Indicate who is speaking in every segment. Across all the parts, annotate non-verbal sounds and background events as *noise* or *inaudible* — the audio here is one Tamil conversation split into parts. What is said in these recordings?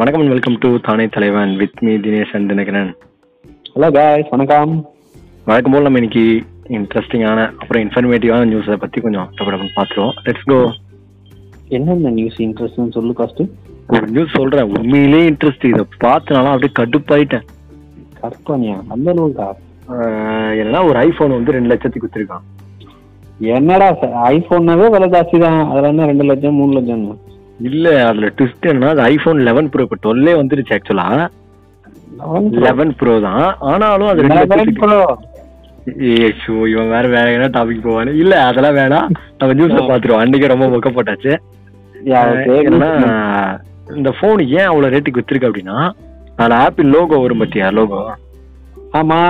Speaker 1: வணக்கம் அண்ட் வெல்கம் டு தானே தலைவன் with me Dinesh and Dinakaran
Speaker 2: hello guys வணக்கம்
Speaker 1: வழக்கம் போல் நம்ம இன்னைக்கு இன்ட்ரெஸ்டிங்கான அப்புறம் இன்ஃபர்மேட்டிவான நியூஸை பற்றி கொஞ்சம் டபுடபுன்னு பார்த்துருவோம் லெட்ஸ் கோ
Speaker 2: என்னென்ன நியூஸ் இன்ட்ரெஸ்ட்னு சொல்லு ஃபர்ஸ்ட்
Speaker 1: ஒரு நியூஸ் சொல்கிறேன் உண்மையிலே இன்ட்ரெஸ்ட் இதை பார்த்தனால அப்படியே கடுப்பாயிட்டேன்
Speaker 2: கற்பனையா அந்த அளவுக்கா
Speaker 1: ஆஹ் என்னன்னா ஒரு ஐஃபோன் வந்து ரெண்டு லட்சத்துக்கு கொடுத்துருக்கான்
Speaker 2: என்னடா ஐபோன்னாவே விலை ஜாஸ்தி தான் அதுல என்ன ரெண்டு லட்சம் மூணு லட்சம்
Speaker 1: இல்லை அதில் ட்விஸ்ட் என்னன்னா அது ஐஃபோன் லெவன் ப்ரோ இப்போ டுவெல்லே வந்துருச்சு ஆக்சுவலாக லெவன் ப்ரோ தான் ஆனாலும் அது ரெண்டு லட்சத்துக்கு ஏய், ஐயோ, இவன் வேற வேற என்ன டாபிக் போவானு இல்ல அதெல்லாம் வேணாம் நம்ம நியூஸ்ல பாத்துருவோம் அன்னைக்கு ரொம்ப மொக்கப்பட்டாச்சு என்னன்னா இந்த போன் ஏன் அவ்வளவு ரேட்டுக்கு வித்திருக்கு அப்படின்னா அதுல ஆப்பிள் லோகோ வரும் பத்தியா லோகோ
Speaker 2: ஆமா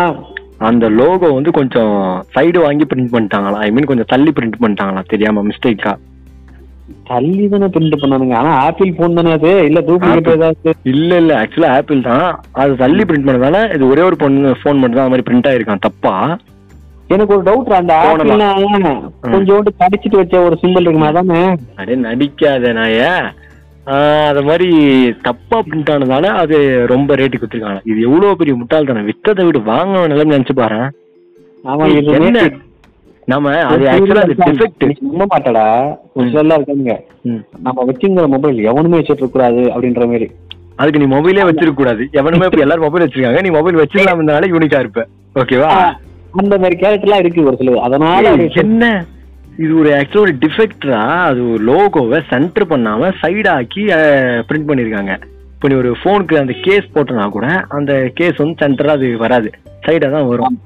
Speaker 1: அந்த லோகோ வந்து கொஞ்சம் சைடு வாங்கி பிரிண்ட் பண்ணிட்டாங்களா ஐ மீன் கொஞ்சம் தள்ளி பிரிண்ட் பண்ணிட்டாங்களா தெரியாம மிஸ்டேக்கா
Speaker 2: தள்ளி தானே பிரிண்ட் பண்ணானுங்க ஆனா ஆப்பிள் போன் தானே அது இல்ல டூப்ளிகேட் ஏதாவது
Speaker 1: இல்ல இல்ல ஆக்சுவலா ஆப்பிள் தான் அது தள்ளி பிரிண்ட் பண்ணதால இது ஒரே ஒரு பொண்ணு போன் மட்டும் தான் அது மாதிரி பிரிண்ட் ஆயிருக்கான் தப்பா
Speaker 2: எனக்கு ஒரு டவுட் அந்த
Speaker 1: Phone
Speaker 2: ஆப்பிள் கொஞ்சோண்டு கடிச்சிட்டு வச்ச ஒரு சிம்பிள் இருக்குமா அதானே
Speaker 1: அடே நடிக்காத நாய ஆஹ் அது மாதிரி தப்பா பிரிண்ட் ஆனதால அது ரொம்ப ரேட்டு கொடுத்துருக்காங்க இது எவ்வளவு பெரிய முட்டாள்தனம் வித்ததை விட வாங்க நிலைமை நினைச்சு பாரு
Speaker 2: ஆமா
Speaker 1: என்ன
Speaker 2: இது
Speaker 1: நம்ம அது ஆக்சுவலா அது டிஃபெக்ட்
Speaker 2: நம்ப மாட்டடா ஒரு சிலர்லாம் இருக்கானுங்க நம்ம வச்சுங்கிற மொபைல் எவனுமே வச்சுட்டு கூடாது அப்படின்ற மாதிரி
Speaker 1: அதுக்கு நீ மொபைலே வச்சிருக்க கூடாது எவனுமே இப்ப எல்லாரும் மொபைல் வச்சிருக்காங்க நீ மொபைல் வச்சிருந்தாலும் யூனிக்கா இருப்ப ஓகேவா
Speaker 2: அந்த மாதிரி கேரக்டர்லாம் இருக்கு ஒரு சிலர் அதனால அது
Speaker 1: என்ன இது ஒரு ஆக்சுவலா ஒரு டிஃபெக்டரா அது ஒரு லோகோவை சென்டர் பண்ணாம சைடு ஆக்கி பிரிண்ட் பண்ணிருக்காங்க இப்போ நீ ஒரு போனுக்கு அந்த கேஸ் போட்டனா கூட அந்த கேஸ் வந்து சென்டரா அது வராது சைடா தான் வரும்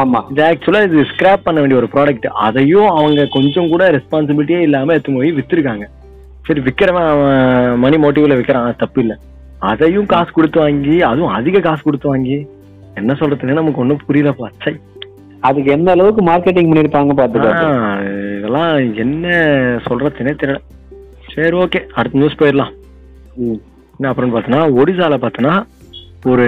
Speaker 2: ஆமா
Speaker 1: இது ஆக்சுவலா இது ஸ்கிராப் பண்ண வேண்டிய ஒரு ப்ராடக்ட் அதையும் அவங்க கொஞ்சம் கூட ரெஸ்பான்சிபிலிட்டியே இல்லாம எடுத்து போய் வித்திருக்காங்க சரி விக்கிறவன் அவன் மணி மோட்டிவ்ல விக்கிறான் அது தப்பு இல்ல அதையும் காசு கொடுத்து வாங்கி அதுவும் அதிக காசு கொடுத்து வாங்கி என்ன சொல்றதுன்னு நமக்கு ஒன்றும் புரியலப்பா சை
Speaker 2: அதுக்கு எந்த அளவுக்கு மார்க்கெட்டிங் பண்ணிருப்பாங்க பாத்துக்கோ
Speaker 1: ஆஹ் இதெல்லாம் என்ன சொல்றதுனே தெரியல சரி ஓகே அடுத்த நியூஸ் போயிடலாம்
Speaker 2: ம்.
Speaker 1: என்ன அப்புறம் பார்த்தோன்னா ஒடிசால பார்த்தோன்னா ஒரு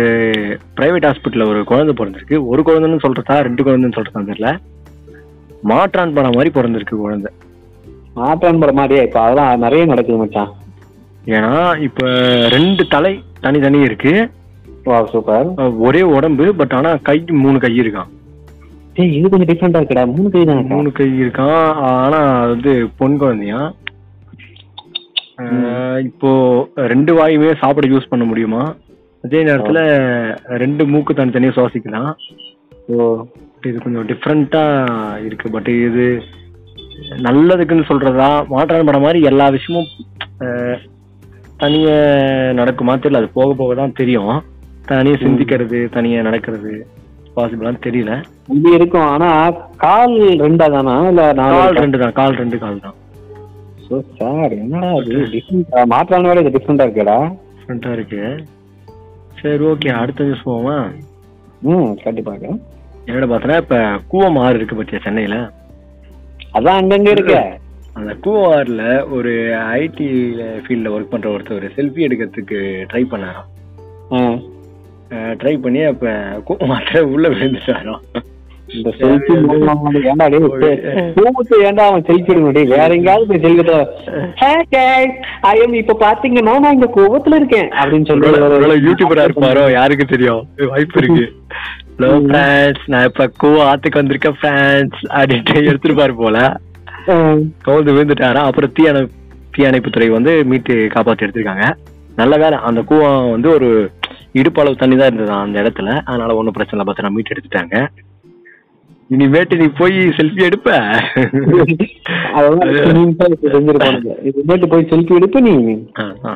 Speaker 1: பிரைவேட் ஹாஸ்பிட்டலில் ஒரு குழந்தை பிறந்திருக்கு ஒரு குழந்தைன்னு சொல்றதா ரெண்டு குழந்தைன்னு சொல்றதா தெரியல மாற்றான் படம் மாதிரி பிறந்திருக்கு குழந்தை
Speaker 2: மாட்டான் படம் மாதிரியே இப்ப அதெல்லாம் நிறைய நடக்குது மச்சான்
Speaker 1: ஏன்னா இப்போ ரெண்டு தலை தனித்தனி இருக்கு
Speaker 2: வா சூப்பர்
Speaker 1: அஹ் ஒரே உடம்பு பட் ஆனா கை மூணு கை இருக்கான்
Speaker 2: டேய் இது கொஞ்சம் டிஃப்ரெண்டா இருக்குடா மூணு கை தான்
Speaker 1: மூணு கை இருக்கான் ஆனா அது வந்து பொன் குழந்தையா அஹ் இப்போ ரெண்டு வாயுமே சாப்பிட யூஸ் பண்ண முடியுமா அதே நேரத்துல ரெண்டு மூக்கு தனித்தனியா சுவாசிக்கலாம்
Speaker 2: ஓ
Speaker 1: இது கொஞ்சம் டிஃப்ரெண்டா இருக்கு பட் இது நல்லதுக்குன்னு சொல்றதா மாற்றான் படம் மாதிரி எல்லா விஷயமும் அஹ், தனிய நடக்குமா தெரியல அது போக போக தான் தெரியும் தனியா சிந்திக்கிறது தனியா நடக்கிறது பாசிபிளான்னு தெரியல
Speaker 2: இது இருக்கும் ஆனா கால் ரெண்டா தானா இல்ல
Speaker 1: கால்
Speaker 2: நாலு
Speaker 1: ரெண்டு தான் கால் ரெண்டு கால் தான்
Speaker 2: சோ சார் என்னடா இது டிஃப்ரெண்டா மாட்டான் வேலை இது டிஃப்ரெண்டா இருக்குடா
Speaker 1: டிஃப்ரெண்டா இருக்கு சரி ஓகே அடுத்த நியூஸ் போவோமா
Speaker 2: ம் கண்டிப்பாக
Speaker 1: என்னோட பார்த்தனா இப்ப கூவம் ஆறு இருக்கு பத்தியா சென்னையில
Speaker 2: அதான் அங்கங்க இருக்கு
Speaker 1: அந்த கூவம் ஆறுல ஒரு ஐடி ஃபீல்ட்ல ஒர்க் பண்ற ஒருத்தர் செல்ஃபி எடுக்கிறதுக்கு ட்ரை பண்ணாராம்
Speaker 2: ஆ.
Speaker 1: ட்ரை பண்ணி அப்ப கூமாத்திர உள்ள விழுந்துட்டாராம்
Speaker 2: இந்த செல்ஃபி ஏன்டா டேய்
Speaker 1: ஒரு-
Speaker 2: கோபத்தை ஏன்டா அவன் செல்ஃபி எடுக்கணும் டேய் வேற எங்கயாவது போய் செல்ஃபி ஐயம் இப்ப பாத்தீங்கன்னா நான் இங்க கோபத்துல இருக்கேன் அப்படின்னு
Speaker 1: ஒருவேளை- ஒருவேளை
Speaker 2: சொல்லி
Speaker 1: யூடியூபரா இருப்பாரோ யாருக்கு தெரியும் வாய்ப்பு இருக்கு ஹலோ ஃப்ரெண்ட்ஸ் நான் இப்ப கூ ஆத்துக்கு வந்திருக்கேன் ஃப்ரெண்ட்ஸ் அப்படின்ட்டு எடுத்துருப்பாரு போல
Speaker 2: ஆ.
Speaker 1: கவுந்து விழுந்துட்டாரா அப்புறம் தீயணை தீயணைப்புத்துறை வந்து மீட்டு காப்பாத்தி எடுத்திருக்காங்க நல்ல வேலை அந்த கூவம் வந்து ஒரு இடுப்பளவு தண்ணி தான் இருந்தது அந்த இடத்துல அதனால ஒன்றும் பிரச்சனை இல்லை பார்த்தா மீட்டு எடுத்துட்டாங்க இனிமேட்டு நீ போய் செல்ஃபி
Speaker 2: *laughs*
Speaker 1: எடுப்ப
Speaker 2: அதான் இப்ப நீ தான் இப்ப
Speaker 1: *laughs*
Speaker 2: செஞ்சிருப்பானுங்க. இதுமேட்டு போய் செல்ஃபி எடுப்பு நீ
Speaker 1: ஆ, ஆ.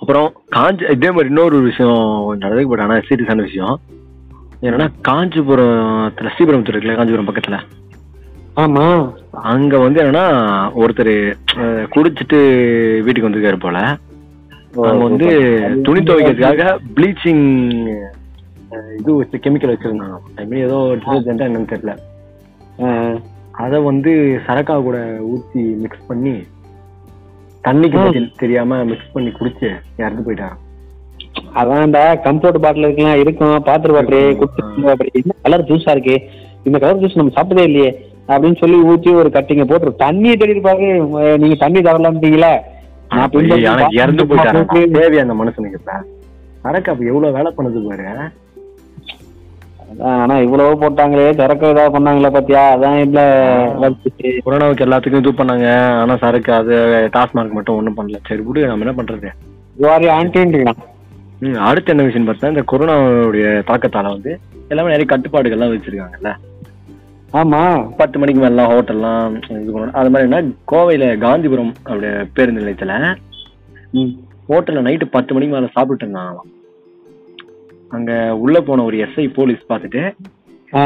Speaker 1: அப்புறம் காஞ்சி இதே மாதிரி இன்னொரு விஷயம் நடந்தது பட் ஆனால் சீரியஸான விஷயம் என்னன்னா காஞ்சிபுரத்துல ஸ்ரீபெரும்புத்தூர் இருக்குல்ல காஞ்சிபுரம் பக்கத்துல
Speaker 2: ஆமா
Speaker 1: அங்க வந்து என்னன்னா ஒருத்தர் குடிச்சிட்டு வீட்டுக்கு வந்திருக்காரு போல அவங்க வந்து துணி துவைக்கிறதுக்காக ப்ளீச்சிங் இது வச்சு கெமிக்கல் வச்சிருந்தாங்க ஐ மீன் ஏதோ டிட்டர்ஜென்ட்டா என்னன்னு தெரியல
Speaker 2: ஆ.
Speaker 1: அதை வந்து சரக்கா கூட ஊத்தி மிக்ஸ் பண்ணி தண்ணிக்கு பதில் தெரியாம மிக்ஸ் பண்ணி குடிச்சு இறந்து போயிட்டாங்க
Speaker 2: அதான்டா கம்ஃபர்ட் பாட்டில் இருக்கலாம் இருக்கும் பாத்திர பாட்டிலே குடிச்சிருக்கோம் அப்படி என்ன கலர் ஜூஸா இருக்கு இந்த கலர் ஜூஸ் நம்ம சாப்பிட்டதே இல்லையே அப்படின்னு சொல்லி ஊத்தி ஒரு கட்டிங்க போட்டு தண்ணியை தேடி பாருங்க நீங்க தண்ணி தரலாம்ட்டீங்களா
Speaker 1: ஆனா இப்ப ஏய், ஆனா இறந்து போயிட்டாரு தேவி அந்த மனுஷனுக்கு இப்ப சரக்கு அப்ப எவ்வளவு வேலை பண்ணுது பாரு
Speaker 2: அதான், ஆனா இவ்வளவு போட்டாங்களே சரக்கு ஏதாவது பண்ணாங்களே பாத்தியா அதான் இல்ல வருத்துச்சு.
Speaker 1: கொரோனாவுக்கு எல்லாத்துக்கும் இது பண்ணாங்க ஆனா சரக்கு அது டாஸ்மாக் மட்டும் ஒண்ணும் பண்ணல சரி விடு நம்ம என்ன பண்றது
Speaker 2: இதுவாரி ஆன்டின்றான்
Speaker 1: ம், அடுத்து என்ன விஷயம் பார்த்தா இந்த கொரோனாவுடைய தாக்கத்தால வந்து எல்லாமே நிறைய கட்டுப்பாடுகள்லாம் வச்சிருக்காங்கல்ல
Speaker 2: ஆமா
Speaker 1: பத்து மணிக்கு மேலாம் ஹோட்டல்லாம் இது பண்ணணும் அது மாதிரி என்ன கோவையில காந்திபுரம் அப்படியே பேருந்து நிலையத்துல
Speaker 2: ம்.
Speaker 1: ஹோட்டல்ல நைட்டு பத்து மணிக்கு மேல சாப்பிட்டு இருந்தாங்களாம் அங்க உள்ள போன ஒரு எஸ்ஐ போலீஸ் பார்த்துட்டு
Speaker 2: ஆ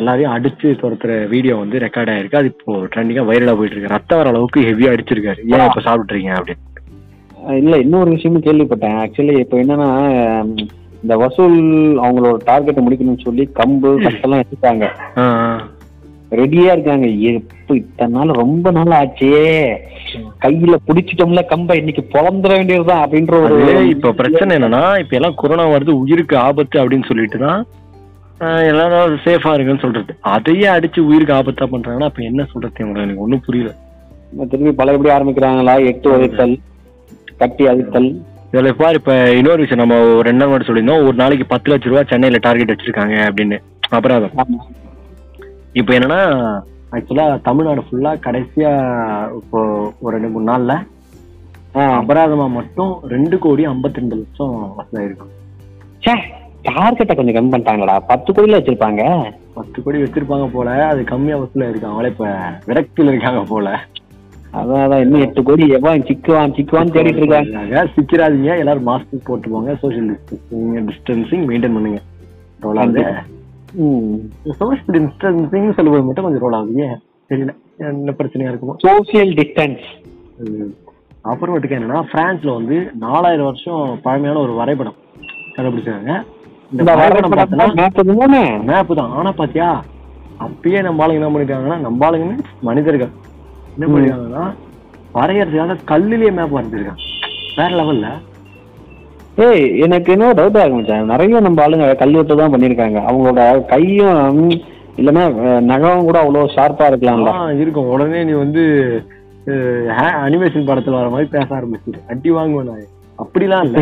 Speaker 1: எல்லாரையும் அடிச்சு துரத்துற வீடியோ வந்து ரெக்கார்ட் ஆயிருக்கு அது இப்போ ட்ரெண்டிங்கா வைரலா போயிட்டு இருக்கு ரத்தம் வர அளவுக்கு ஹெவியா அடிச்சிருக்காரு ஏன் இப்ப சாப்பிட்டுறீங்க அப்படின்னு
Speaker 2: இல்ல இன்னொரு விஷயமும் கேள்விப்பட்டேன் ஆக்சுவலி இப்போ என்னன்னா ம், இந்த வசூல் அவங்களோட டார்கெட்டை முடிக்கணும்னு சொல்லி கம்பு கட்டெல்லாம் எடுத்தாங்க
Speaker 1: ஆ, ஆ.
Speaker 2: ரெடியா இருக்காங்க எப்போ இத்தனை நாள் ரொம்ப நாள் ஆச்சே கையில புடிச்சிட்டோம்ல கம்பை இன்னைக்கு பொழந்துட வேண்டியதுதான் அப்படின்ற ஒரு
Speaker 1: அது இப்ப பிரச்சனை என்னன்னா இப்ப எல்லாம் கொரோனா வருது உயிருக்கு ஆபத்து அப்படின்னு சொல்லிட்டு தான் ஆஹ், எல்லாரும் சேஃபா இருக்குன்னு சொல்றது அதையே அடிச்சு உயிருக்கு ஆபத்தா பண்றாங்கன்னா அப்ப என்ன சொல்றது இவங்க எனக்கு ஒண்ணும் புரியல
Speaker 2: திரும்பி பழையபடி ஆரம்பிக்கிறாங்களா எட்டு வகைத்தல் கட்டி அழுத்தல்
Speaker 1: இதுல பாரு இப்ப இன்னொரு விஷயம் நம்ம ஒரு ரெண்டு நாள் முன்னாடி சொல்லியிருந்தோம் ஒரு நாளைக்கு பத்து லட்ச ரூபா சென்னையில டார்கெட் வச்சிருக்காங்க அப்படின்னு அபராதம்
Speaker 2: ஆமா
Speaker 1: இப்ப என்னன்னா ஆக்சுவலா தமிழ்நாடு ஃபுல்லா கடைசியா இப்போ ஒரு ரெண்டு மூணு நாள்ல
Speaker 2: ஆ.
Speaker 1: அபராதமா மட்டும் ரெண்டு கோடி ஐம்பத்தி ரெண்டு லட்சம் வசதாயிருக்கும்
Speaker 2: ச்சே, டார்கெட்டை கொஞ்சம் கம்மி பண்ணிட்டாங்கடா பத்து கோடியில வச்சிருப்பாங்க
Speaker 1: பத்து கோடி வச்சிருப்பாங்க போல அது கம்மியா வசூல இருக்காங்க அவளே இப்ப விரக்தியில இருக்காங்க போல
Speaker 2: அதான் அதான் இன்னும் எட்டு கோடி எவ்வளவு சிக்குவான் சிக்குவான்னு தேடிட்டு இருக்காங்க
Speaker 1: இருக்காங்க சிக்கிறாதீங்க எல்லாரும் மாஸ்க் போட்டு போங்க சோஷியல் டிஸ்டன்சிங் டிஸ்டன்சிங் மெயின்டைன் பண்ணுங்க ரோல் ஆகுது சோஷியல் டிஸ்டன்சிங் சொல்லும்போது மட்டும் கொஞ்சம் ரோல் ஆகுது ஏன் தெரியல என்ன பிரச்சனையா இருக்குமோ
Speaker 2: சோசியல் டிஸ்டன்ஸ்
Speaker 1: உம். அப்புறமேட்டுக்கு என்னன்னா பிரான்ஸ்ல வந்து நாலாயிரம் வருஷம் பழமையான ஒரு வரைபடம் கண்டுபிடிச்சாங்க இந்த
Speaker 2: இந்த
Speaker 1: வரைபடம் பார்த்தோன்னா
Speaker 2: வரைபடம் நாற்பது மூணு
Speaker 1: மேப்பு தான் ஆனா பாத்தியா அப்பயே நம்ம ஆளுங்க என்ன பண்ணிருக்காங்கன்னா நம்ம ஆளுங்க மனிதர்கள் என்ன பண்ணிருக்காங்கன்னா வரையறதுக்காக கல்லுலயே மேப் வரைஞ்சிருக்காங்க வேற லெவல்ல
Speaker 2: ஏய் எனக்கு என்ன டவுட் ஆகும் மச்சான் நிறைய நம்ம ஆளுங்க கல்வெட்டு தான் பண்ணிருக்காங்க அவங்களோட கையும் ம், இல்லைன்னா அஹ், நகம் கூட அவ்வளோ ஷார்ப்பா இருக்கலாம்ல
Speaker 1: இருக்கும் உடனே நீ வந்து அனிமேஷன் படத்துல வர மாதிரி பேச ஆரம்பிச்சிரு அடி வாங்குவேன் நான் அப்படிலாம் இல்ல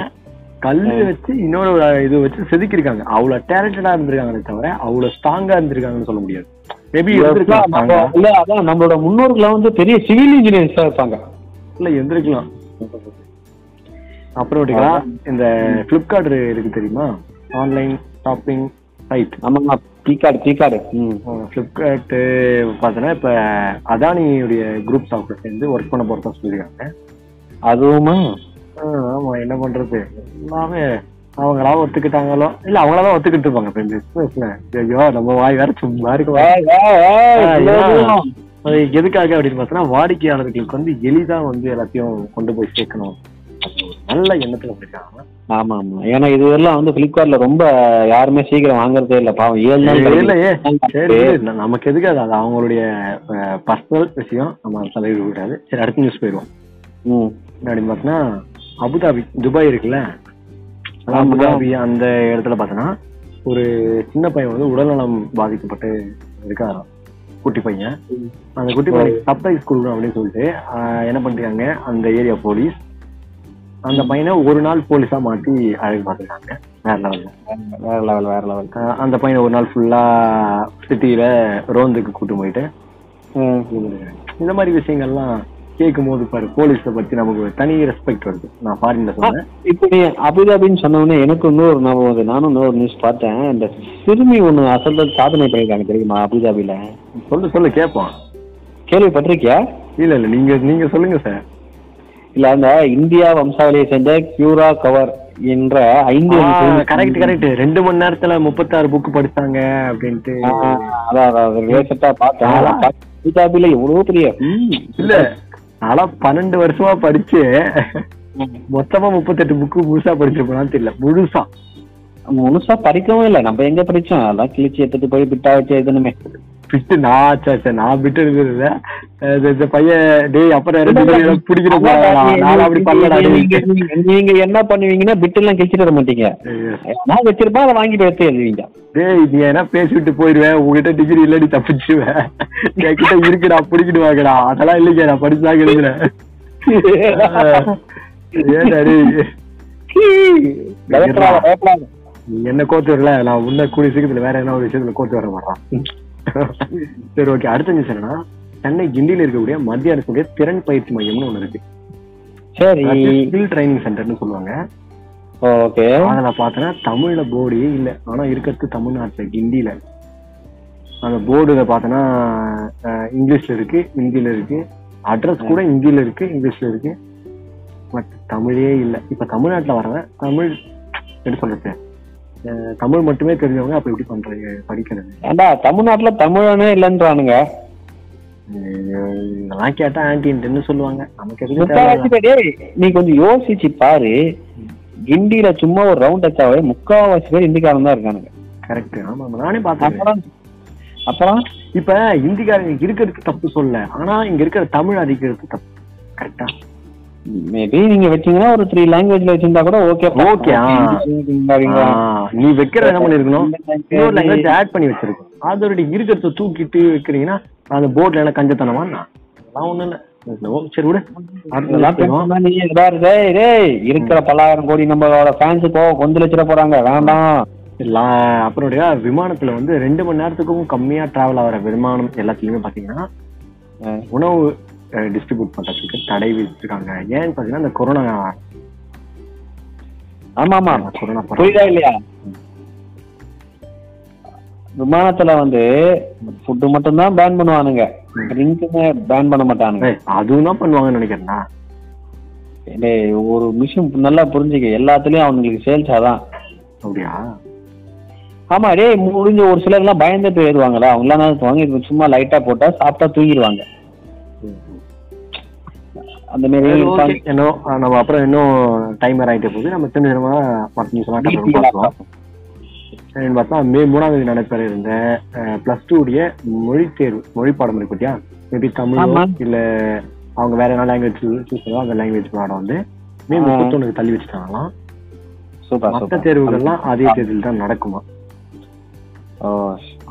Speaker 1: கல்லு வச்சு இன்னொரு ஒரு இது வச்சு செதுக்கிருக்காங்க அவ்வளவு டேலண்டடா இருந்திருக்காங்களே தவிர அவ்வளவு ஸ்ட்ராங்கா இருந்திருக்காங்கன்னு சொல்ல முடியாது மேபி
Speaker 2: நம்ம- இல்ல அதான் நம்மளோட முன்னோர்கள்லாம் வந்து பெரிய சிவில் இன்ஜினியர்ஸா இருப்பாங்க
Speaker 1: இல்ல எந்திரிக்கலாம் அப்புறமேட்டுக்கா இந்த பிளிப்கார்ட் இருக்கு தெரியுமா ஆன்லைன் ஷாப்பிங் சைட்
Speaker 2: ஆமா பீக்காடு பீக்காடு ம்
Speaker 1: பிளிப்கார்ட் பார்த்தோன்னா இப்ப அதானியுடைய குரூப் சாப்பிட சேர்ந்து ஒர்க் பண்ண போறதா சொல்லியிருக்காங்க
Speaker 2: அதுவுமா
Speaker 1: ஆஹ் ஆமா என்ன பண்றது எல்லாமே அவங்களா ஒத்துக்கிட்டாங்களோ இல்ல அவங்களாதான் ஒத்துக்கிட்டு இருப்பாங்க இப்ப இந்த business ல. ஐயோ நம்ம வாய் வேற சும்மா இருக்கு
Speaker 2: ஏய், ஏய், ஏய்,
Speaker 1: ஆ,
Speaker 2: இவ்வளவு
Speaker 1: ஏன்?
Speaker 2: தூரம்.
Speaker 1: அது எதுக்காக அப்படின்னு பார்த்தோன்னா வாடிக்கையாளர்களுக்கு வந்து எளிதா வந்து எல்லாத்தையும் கொண்டு போய் சேர்க்கணும் அது ஒரு நல்ல எண்ணத்துல இருக்காங்க
Speaker 2: ஆமா ஆமா ஏன்னா இது எல்லாம் வந்து பிளிப்கார்ட்ல ரொம்ப யாருமே சீக்கிரம் வாங்குறதே இல்ல பாவம் ஏழு நாள்
Speaker 1: இல்ல,
Speaker 2: கிடைக்குது.
Speaker 1: இல்லையே.
Speaker 2: நாள்
Speaker 1: சரி
Speaker 2: கிடைக்குது.
Speaker 1: ந- நமக்கு எதுக்கு அது அது அவங்களுடைய பர்சனல் விஷயம் நம்ம அதை தலையிட கூடாது சரி அடுத்த நியூஸ் போயிடுவோம்
Speaker 2: ம்.
Speaker 1: என்ன அப்படின்னு பார்த்தோன்னா அபுதாபி துபாய் இருக்குல்ல அபுதாபி அந்த இடத்துல பார்த்தோன்னா ஒரு சின்ன பையன் வந்து உடல்நலம் பாதிக்கப்பட்டு இருக்காராம் குட்டி பையன் அந்த குட்டி பையனுக்கு சர்ப்ரைஸ் கொடுக்கணும் அப்படின்னு சொல்லிட்டு ஆஹ், என்ன பண்ணிருக்காங்க அந்த ஏரியா போலீஸ் அந்த பையனை ஒரு நாள் போலீஸா மாத்தி அழகு பார்த்துருக்காங்க வேற லெவல்ல
Speaker 2: வேற லெவல் வேற லெவல்
Speaker 1: ஆஹ் அந்த பையனை ஒரு நாள் ஃபுல்லா சிட்டியில ரோந்துக்கு கூட்டு போயிட்டு இந்த மாதிரி விஷயங்கள்லாம் கேட்கும் போது பாரு போலீஸை பத்தி நமக்கு ஒரு தனி ரெஸ்பெக்ட் வருது நான் ஃபாரின்ல சொன்னேன்
Speaker 2: இப்போ நீ அபுதாபின்னு சொன்ன உடனே எனக்கு இன்னொரு ஞாபகம் வருது நானும் இன்னொரு நியூஸ் பார்த்தேன் இந்த சிறுமி ஒண்ணு அசல் சாதனை பண்ணியிருக்காங்க தெரியுமா அபுதாபில
Speaker 1: சொல்லு சொல்லு கேட்போம்
Speaker 2: கேள்விப்பட்டிருக்கியா
Speaker 1: இல்ல இல்ல நீங்க நீங்க சொல்லுங்க சார்
Speaker 2: இல்ல அந்த இந்தியா வம்சாவளியை சேர்ந்த கியூரா கவர் என்ற ஐந்து
Speaker 1: கரெக்ட் கரெக்ட் ரெண்டு மணி நேரத்துல முப்பத்தாறு புக் படிச்சாங்க அப்படின்ட்டு
Speaker 2: ரிலேசட்டா பார்த்தேன் அதான் பார்த்து அபுதாபில எவ்வளவு பெரிய ம்,
Speaker 1: இல்ல ஆனா பன்னெண்டு வருஷமா படிச்சு மொத்தமா முப்பத்தெட்டு புக்கு புதுசா படிச்சிருப்பான்னு தெரியல முழுசா
Speaker 2: முழுசா படிக்கவும் இல்ல நம்ம எங்க படிச்சோம் அதான் கிழிச்சு எடுத்துட்டு போய் பிட்டா வச்சு எதுனுமே
Speaker 1: பிட்டு நான் சே, சே, நான் பிட்டு இருக்கிறது இந்த பையன் டேய் அப்புறம் ரெண்டு பேரும் பிடிக்கிறோம் நான் அப்படி பண்ணலடா டேய்.
Speaker 2: நீங்க- நீங்க- நீங்க என்ன பண்ணுவீங்கன்னா பிட்டு எல்லாம் கிழிச்சிட்டு வர மாட்டீங்க நான் வச்சிருப்பா அதை வாங்கி போய் எடுத்து எழுதுவீங்க
Speaker 1: டேய் நீ என்ன பேசிவிட்டு போயிருவேன் உங்ககிட்ட டிகிரி இல்லடி தப்பிச்சுவேன் என்கிட்ட இருக்குடா பிடிக்கிட்டு வாங்கடா அதெல்லாம் இல்லைங்க நான் படிச்சுதான் எழுதுறேன் ஏன் daddy?
Speaker 2: பயப்படாத, பயப்படாத.
Speaker 1: நீ என்ன கோத்து வரல நான் உன்ன கூடிய சீக்கிரத்துல வேற என்ன ஒரு விஷயத்துல கோத்து வர மாட்டான் சரி ஓகே அடுத்த நியூஸ் என்னன்னா சென்னை கிண்டியில் இருக்கக்கூடிய மத்திய அரசுடைய திறன் பயிற்சி மையம்னு ஒண்ணு இருக்கு
Speaker 2: சரி
Speaker 1: ஸ்கில் ட்ரைனிங் சென்டர்னு சொல்லுவாங்க
Speaker 2: ஓகே
Speaker 1: அதுல பார்த்தனா தமிழ்ல போர்டே இல்ல ஆனா இருக்கிறது தமிழ்நாட்டுல ஹிந்தியில அந்த போர்டுல பார்த்தனா இங்கிலீஷ்ல இருக்கு ஹிந்தியில இருக்கு அட்ரஸ் கூட ஹிந்தியில இருக்கு இங்கிலீஷ்ல இருக்கு பட் தமிழே இல்ல இப்ப தமிழ்நாட்டுல வர்றவன் தமிழ் என்ன சொல்றது அஹ், தமிழ் மட்டுமே தெரிஞ்சவங்க அப்ப எப்படி பண்றது படிக்கிறது
Speaker 2: ஏண்டா தமிழ்நாட்டுல தமிழனே இல்லைன்றானுங்க
Speaker 1: அஹ், இதெல்லாம் கேட்டா ஆன்டின்னு சொல்லுவாங்க நமக்கு எதுக்கு தேவை?
Speaker 2: முக்காவாசி பேர் டேய், நீ கொஞ்சம் யோசிச்சு பாரு கிண்டியில சும்மா ஒரு ரவுண்ட் அச்சாவே முக்காவாசி பேர் இந்திக்காரன் தான் இருக்கானுங்க
Speaker 1: கரெக்ட் ஆமா ஆமா. நானே பார்த்தேன்
Speaker 2: அப்புறம் அப்புறம்
Speaker 1: இப்ப இந்திக்காரங்க இருக்கிறதுக்கு தப்பு சொல்ல ஆனா இங்க இருக்கிற தமிழ் அதிகிறது தப்பு கரெக்டா
Speaker 2: மேபி நீங்க வச்சீங்கன்னா ஒரு த்ரீ லாங்குவேஜ்ல வச்சிருந்தா கூட ஓகே
Speaker 1: Okay, ஆ. ஆ, நீ வைக்கிற என்ன பண்ணிருக்கணும் இன்னொரு லாங்குவேஜ் ஆட் பண்ணி வச்சிருக்கோம் அதோட இருக்கிறத தூக்கிட்டு வைக்கிறீங்கன்னா அந்த போர்ட்ல என்ன கஞ்சத்தனமா அதெல்லாம் ஒண்ணு இல்ல என்னவோ, சரி விடு அடுத்த news போயிடுவோம்.
Speaker 2: இருக்கிற பல்லாயிரம் கோடி நம்மளோட ஃபேன்ஸ் போக கொண்டு வச்சிட போறாங்க வேண்டாம்
Speaker 1: லா- அப்புறம்டா விமானத்துல வந்து ரெண்டு மணி நேரத்துக்கும் கம்மியா டிராவல் ஆகிற விமானம் எல்லாத்துலயுமே பாத்தீங்கன்னா உணவு டிஸ்ட்ரிபியூட் பண்றதுக்கு தடை விதிச்சிருக்காங்க ஏன்னு பாத்தீங்கன்னா இந்த கொரோனா
Speaker 2: ஆமா ஆமா
Speaker 1: கொரோனா
Speaker 2: புரியுதா இல்லையா விமானத்துல வந்து ஃபுட்டு மட்டும்தான் பேன் பண்ணுவானுங்க ட்ரிங்க்குமே பேன் பண்ண மாட்டானுங்க
Speaker 1: அதுவும் தான் பண்ணுவாங்கன்னு நினைக்கிறேன்டா
Speaker 2: டேய், ஒரு விஷயம் நல்லா புரிஞ்சுக்க எல்லாத்துலயும் அவனுங்களுக்கு சேல்ஸ் அதான்
Speaker 1: அப்படியா
Speaker 2: ஆமா டேய் முடிஞ்ச ஒரு சிலர் எல்லாம் பயந்து போயிடுவாங்களா அவங்க எல்லாம் என்ன வாங்கி இது சும்மா லைட்டா போட்டா சாப்பிட்டா தூங்கிடுவாங்க அந்த மாதிரி
Speaker 1: சரி,
Speaker 2: இருப்பாங்க.
Speaker 1: okay. என்னவோ, ஆ, நம்ம அப்புறம் இன்னும் டைம் ஆயிட்டு போகுது நம்ம திரும்ப திரும்ப மற்ற நியூஸ் எல்லாம் தொடர்ந்து
Speaker 2: வீட்டுல
Speaker 1: பார்க்கலாம் சரின்னு பார்த்தா மே மூணாம் தேதி நடைபெற இருந்த பிளஸ் டூ உடைய மொழி தேர்வு மொழி பாடம் இருக்கு பத்தியா மேபி
Speaker 2: ஆமா.
Speaker 1: தமிழோ இல்ல அவங்க வேற என்ன லாங்குவேஜ் சூஸ் பண்ணுவோம் அந்த லாங்குவேஜ் பாடம் வந்து மே
Speaker 2: ஆ.
Speaker 1: முப்பத்தொன்னுக்கு தள்ளி வச்சுட்டாங்களாம்
Speaker 2: சூப்பர்
Speaker 1: மற்ற
Speaker 2: சூப்பர்
Speaker 1: தேர்வுகள்லாம் அதே தேதியில் தான் நடக்குமா
Speaker 2: ஓ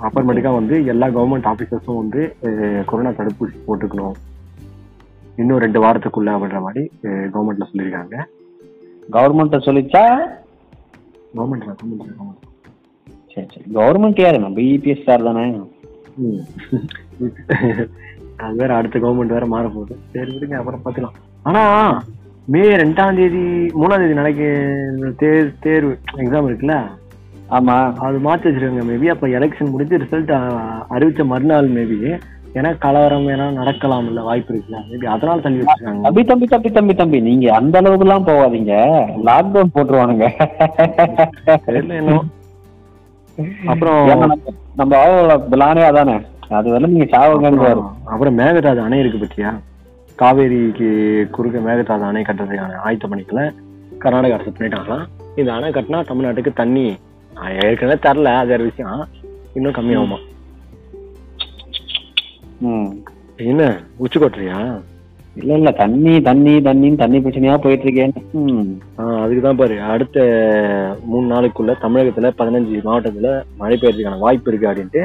Speaker 1: அப்புறமேட்டுக்கா வந்து எல்லா கவர்மெண்ட் ஆபீசர்ஸும் வந்து அஹ், கொரோனா தடுப்பூசி போட்டுக்கணும் இன்னும் ரெண்டு வாரத்துக்குள்ள அப்படின்ற மாதிரி கவர்மெண்ட்ல சொல்லியிருக்காங்க
Speaker 2: கவர்மெண்ட்ட சொல்லிச்சா
Speaker 1: கவர்மெண்ட்ல கவர்மெண்ட்ல கவர்மெண்ட்
Speaker 2: சரி சரி கவர்மெண்ட் யாரு E நம்ம இபிஎஸ் சார் தானே
Speaker 1: ம். அது வேற அடுத்த கவர்மெண்ட் வேற மாற போகுது சரி விடுங்க அப்புறம் பார்த்துக்கலாம் ஆனா மே ரெண்டாம் தேதி மூணாம் தேதி நாளைக்கு தேர் தேர்வு எக்ஸாம் இருக்குல்ல
Speaker 2: ஆமா
Speaker 1: அது மாத்தி வச்சிருக்காங்க மேபி அப்ப எலெக்ஷன் முடிஞ்சு ரிசல்ட் அறிவிச்ச மறுநாள் மேபி ஏன்னா கலவரம் வேணா நடக்கலாம் இல்ல வாய்ப்பு இருக்குல்ல மேபி அதனால தள்ளி வச்சிருக்காங்க
Speaker 2: தம்பி தம்பி தம்பி தம்பி தம்பி நீங்க அந்த அளவுக்கு எல்லாம் போகாதீங்க லாக்டவுன் போட்டுருவானுங்க
Speaker 1: தெரியல என்னவோ. அப்புறம்
Speaker 2: ஏன்னா நம்ம- நம்ம ஆளோட பிளானே அதானே அது வந்து நீங்க சாவங்கன்னு வரும்
Speaker 1: அப்புறம்- அப்புறம் மேகதாது அணை இருக்கு பத்தியா காவேரிக்கு குறுக்க மேகதாது அணை கட்டுறதுக்கான ஆயத்த பணிக்கல கர்நாடக அரசு பண்ணிட்டாங்களாம் இந்த அணை கட்டினா தமிழ்நாட்டுக்கு தண்ணி அஹ், ஏற்கனவே தரல அது வேற விஷயம் இன்னும் கம்மியாகுமா
Speaker 2: ம்.
Speaker 1: என்ன உச்சி கொட்டுறியா
Speaker 2: இல்ல இல்ல தண்ணி தண்ணி தண்ணின்னு தண்ணி பிரச்சனையா போயிட்டு இருக்கேன்னு ம்.
Speaker 1: அதுக்கு தான் பாரு அடுத்த மூணு நாளுக்குள்ள தமிழகத்துல பதினஞ்சு மாவட்டத்துல மழை பெய்யறதுக்கான வாய்ப்பு இருக்கு அப்படின்ட்டு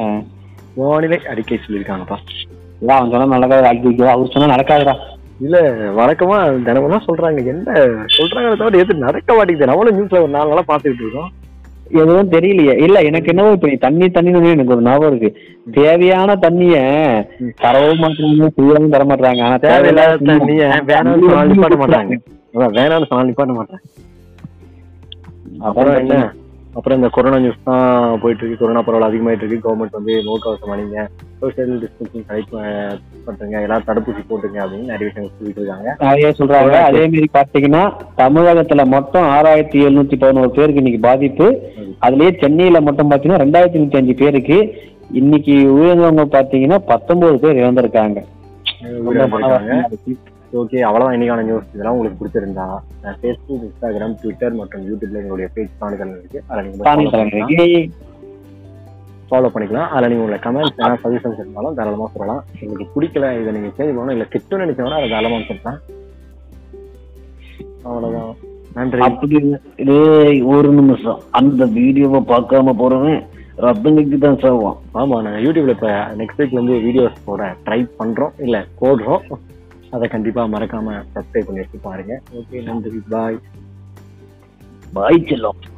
Speaker 2: ஆ.
Speaker 1: வானிலை அறிக்கை சொல்லியிருக்காங்கப்பா
Speaker 2: இல்ல, அவன் சொன்னா நடக்காது ஐயோ, அவர் சொன்னா நடக்காதுடா
Speaker 1: இல்ல வழக்கமா தினமெல்லாம் சொல்றாங்க என்ன சொல்றாங்க தவிர எது நடக்க மாட்டேங்குது நம்மளும் நியூஸ்ல ஒரு நாலு நாளா பாத்துக்கிட்டு இருக்கோம்
Speaker 2: எதுவும் தெரியலையே இல்ல எனக்கு என்னவோ இப்ப நீ தண்ணி தண்ணின்னு எனக்கு ஒரு ஞாபகம் இருக்கு தேவையான தண்ணிய தரவும் மாட்டாங்க செய்யவும் தர மாட்டாங்க ஆனா
Speaker 1: தேவையில்லாத
Speaker 2: தேவையில்லாத
Speaker 1: தண்ணிய வேணாம்னு சொன்னா
Speaker 2: தண்ணிய
Speaker 1: நிப்பாட்ட மாட்டாங்க அதான் வேணாம்னு சொன்னா நிப்பாட்ட மாட்டாங்க அப்புறம் என்ன அப்புறம் இந்த கொரோனா நியூஸ் தான் போயிட்டு இருக்கு கொரோனா பரவல் அதிகமாயிட்டு இருக்கு கவர்மெண்ட் வந்து முகக்கவசம் அணிங்க சோஷியல் டிஸ்டன்சிங் கரெக்ட் பண்றீங்க எல்லாரும் தடுப்பூசி போட்டுங்க அப்படின்னு நிறைய விஷயங்கள் சொல்லிட்டு இருக்காங்க
Speaker 2: நிறைய சொல்றாங்க அதே மாதிரி பாத்தீங்கன்னா தமிழகத்துல மொத்தம் ஆறாயிரத்தி எழுநூத்தி பதினோரு பேருக்கு இன்னைக்கு பாதிப்பு அதுலயே சென்னையில மட்டும் பாத்தீங்கன்னா ரெண்டாயிரத்தி நூத்தி அஞ்சு பேருக்கு இன்னைக்கு உயிரிழந்தவங்க பாத்தீங்கன்னா பத்தொன்பது பேர் இறந்திருக்காங்க
Speaker 1: உயிரிழந்திருக்காங்க. ஓகே அவ்வளவுதான் இன்னைக்கான நியூஸ் இதெல்லாம் உங்களுக்கு பிடிச்சிருந்தா ஃபேஸ்புக் இன்ஸ்டாகிராம் ட்விட்டர் மற்றும் யூடியூப்ல எங்களுடைய பேஜ் காணிகள் இருக்கு அதை
Speaker 2: தானே
Speaker 1: நீங்க
Speaker 2: தலைவருக்கு
Speaker 1: ஃபாலோ பண்ணிக்கலாம் அதில் நீங்கள் உங்களை கமெண்ட்ஸ் வேணா சஜஷன்ஸ் இருந்தாலும் தாராளமாக சொல்லலாம் உங்களுக்கு பிடிக்கல இதை நீங்கள் சேஞ்ச் பண்ணணும் இல்லை திட்டம்னு நினைச்சவனா அதை தாராளமாக சொல்லலாம் அவ்வளோதான் நன்றி
Speaker 2: அப்படி டேய், ஒரு நிமிஷம் அந்த வீடியோவை பார்க்காம போறவன் ரத்தங்கைக்கு தான் சாவான்
Speaker 1: ஆமாம் நாங்கள் யூடியூப்ல இப்போ நெக்ஸ்ட் வீக் வந்து வீடியோஸ் போட ட்ரை பண்ணுறோம் இல்லை போடுறோம் அதை கண்டிப்பா மறக்காம சப்ஸ்கிரைப் பண்ணி வச்சு பாருங்க ஓகே நன்றி பாய்
Speaker 2: பாய் செல்லம்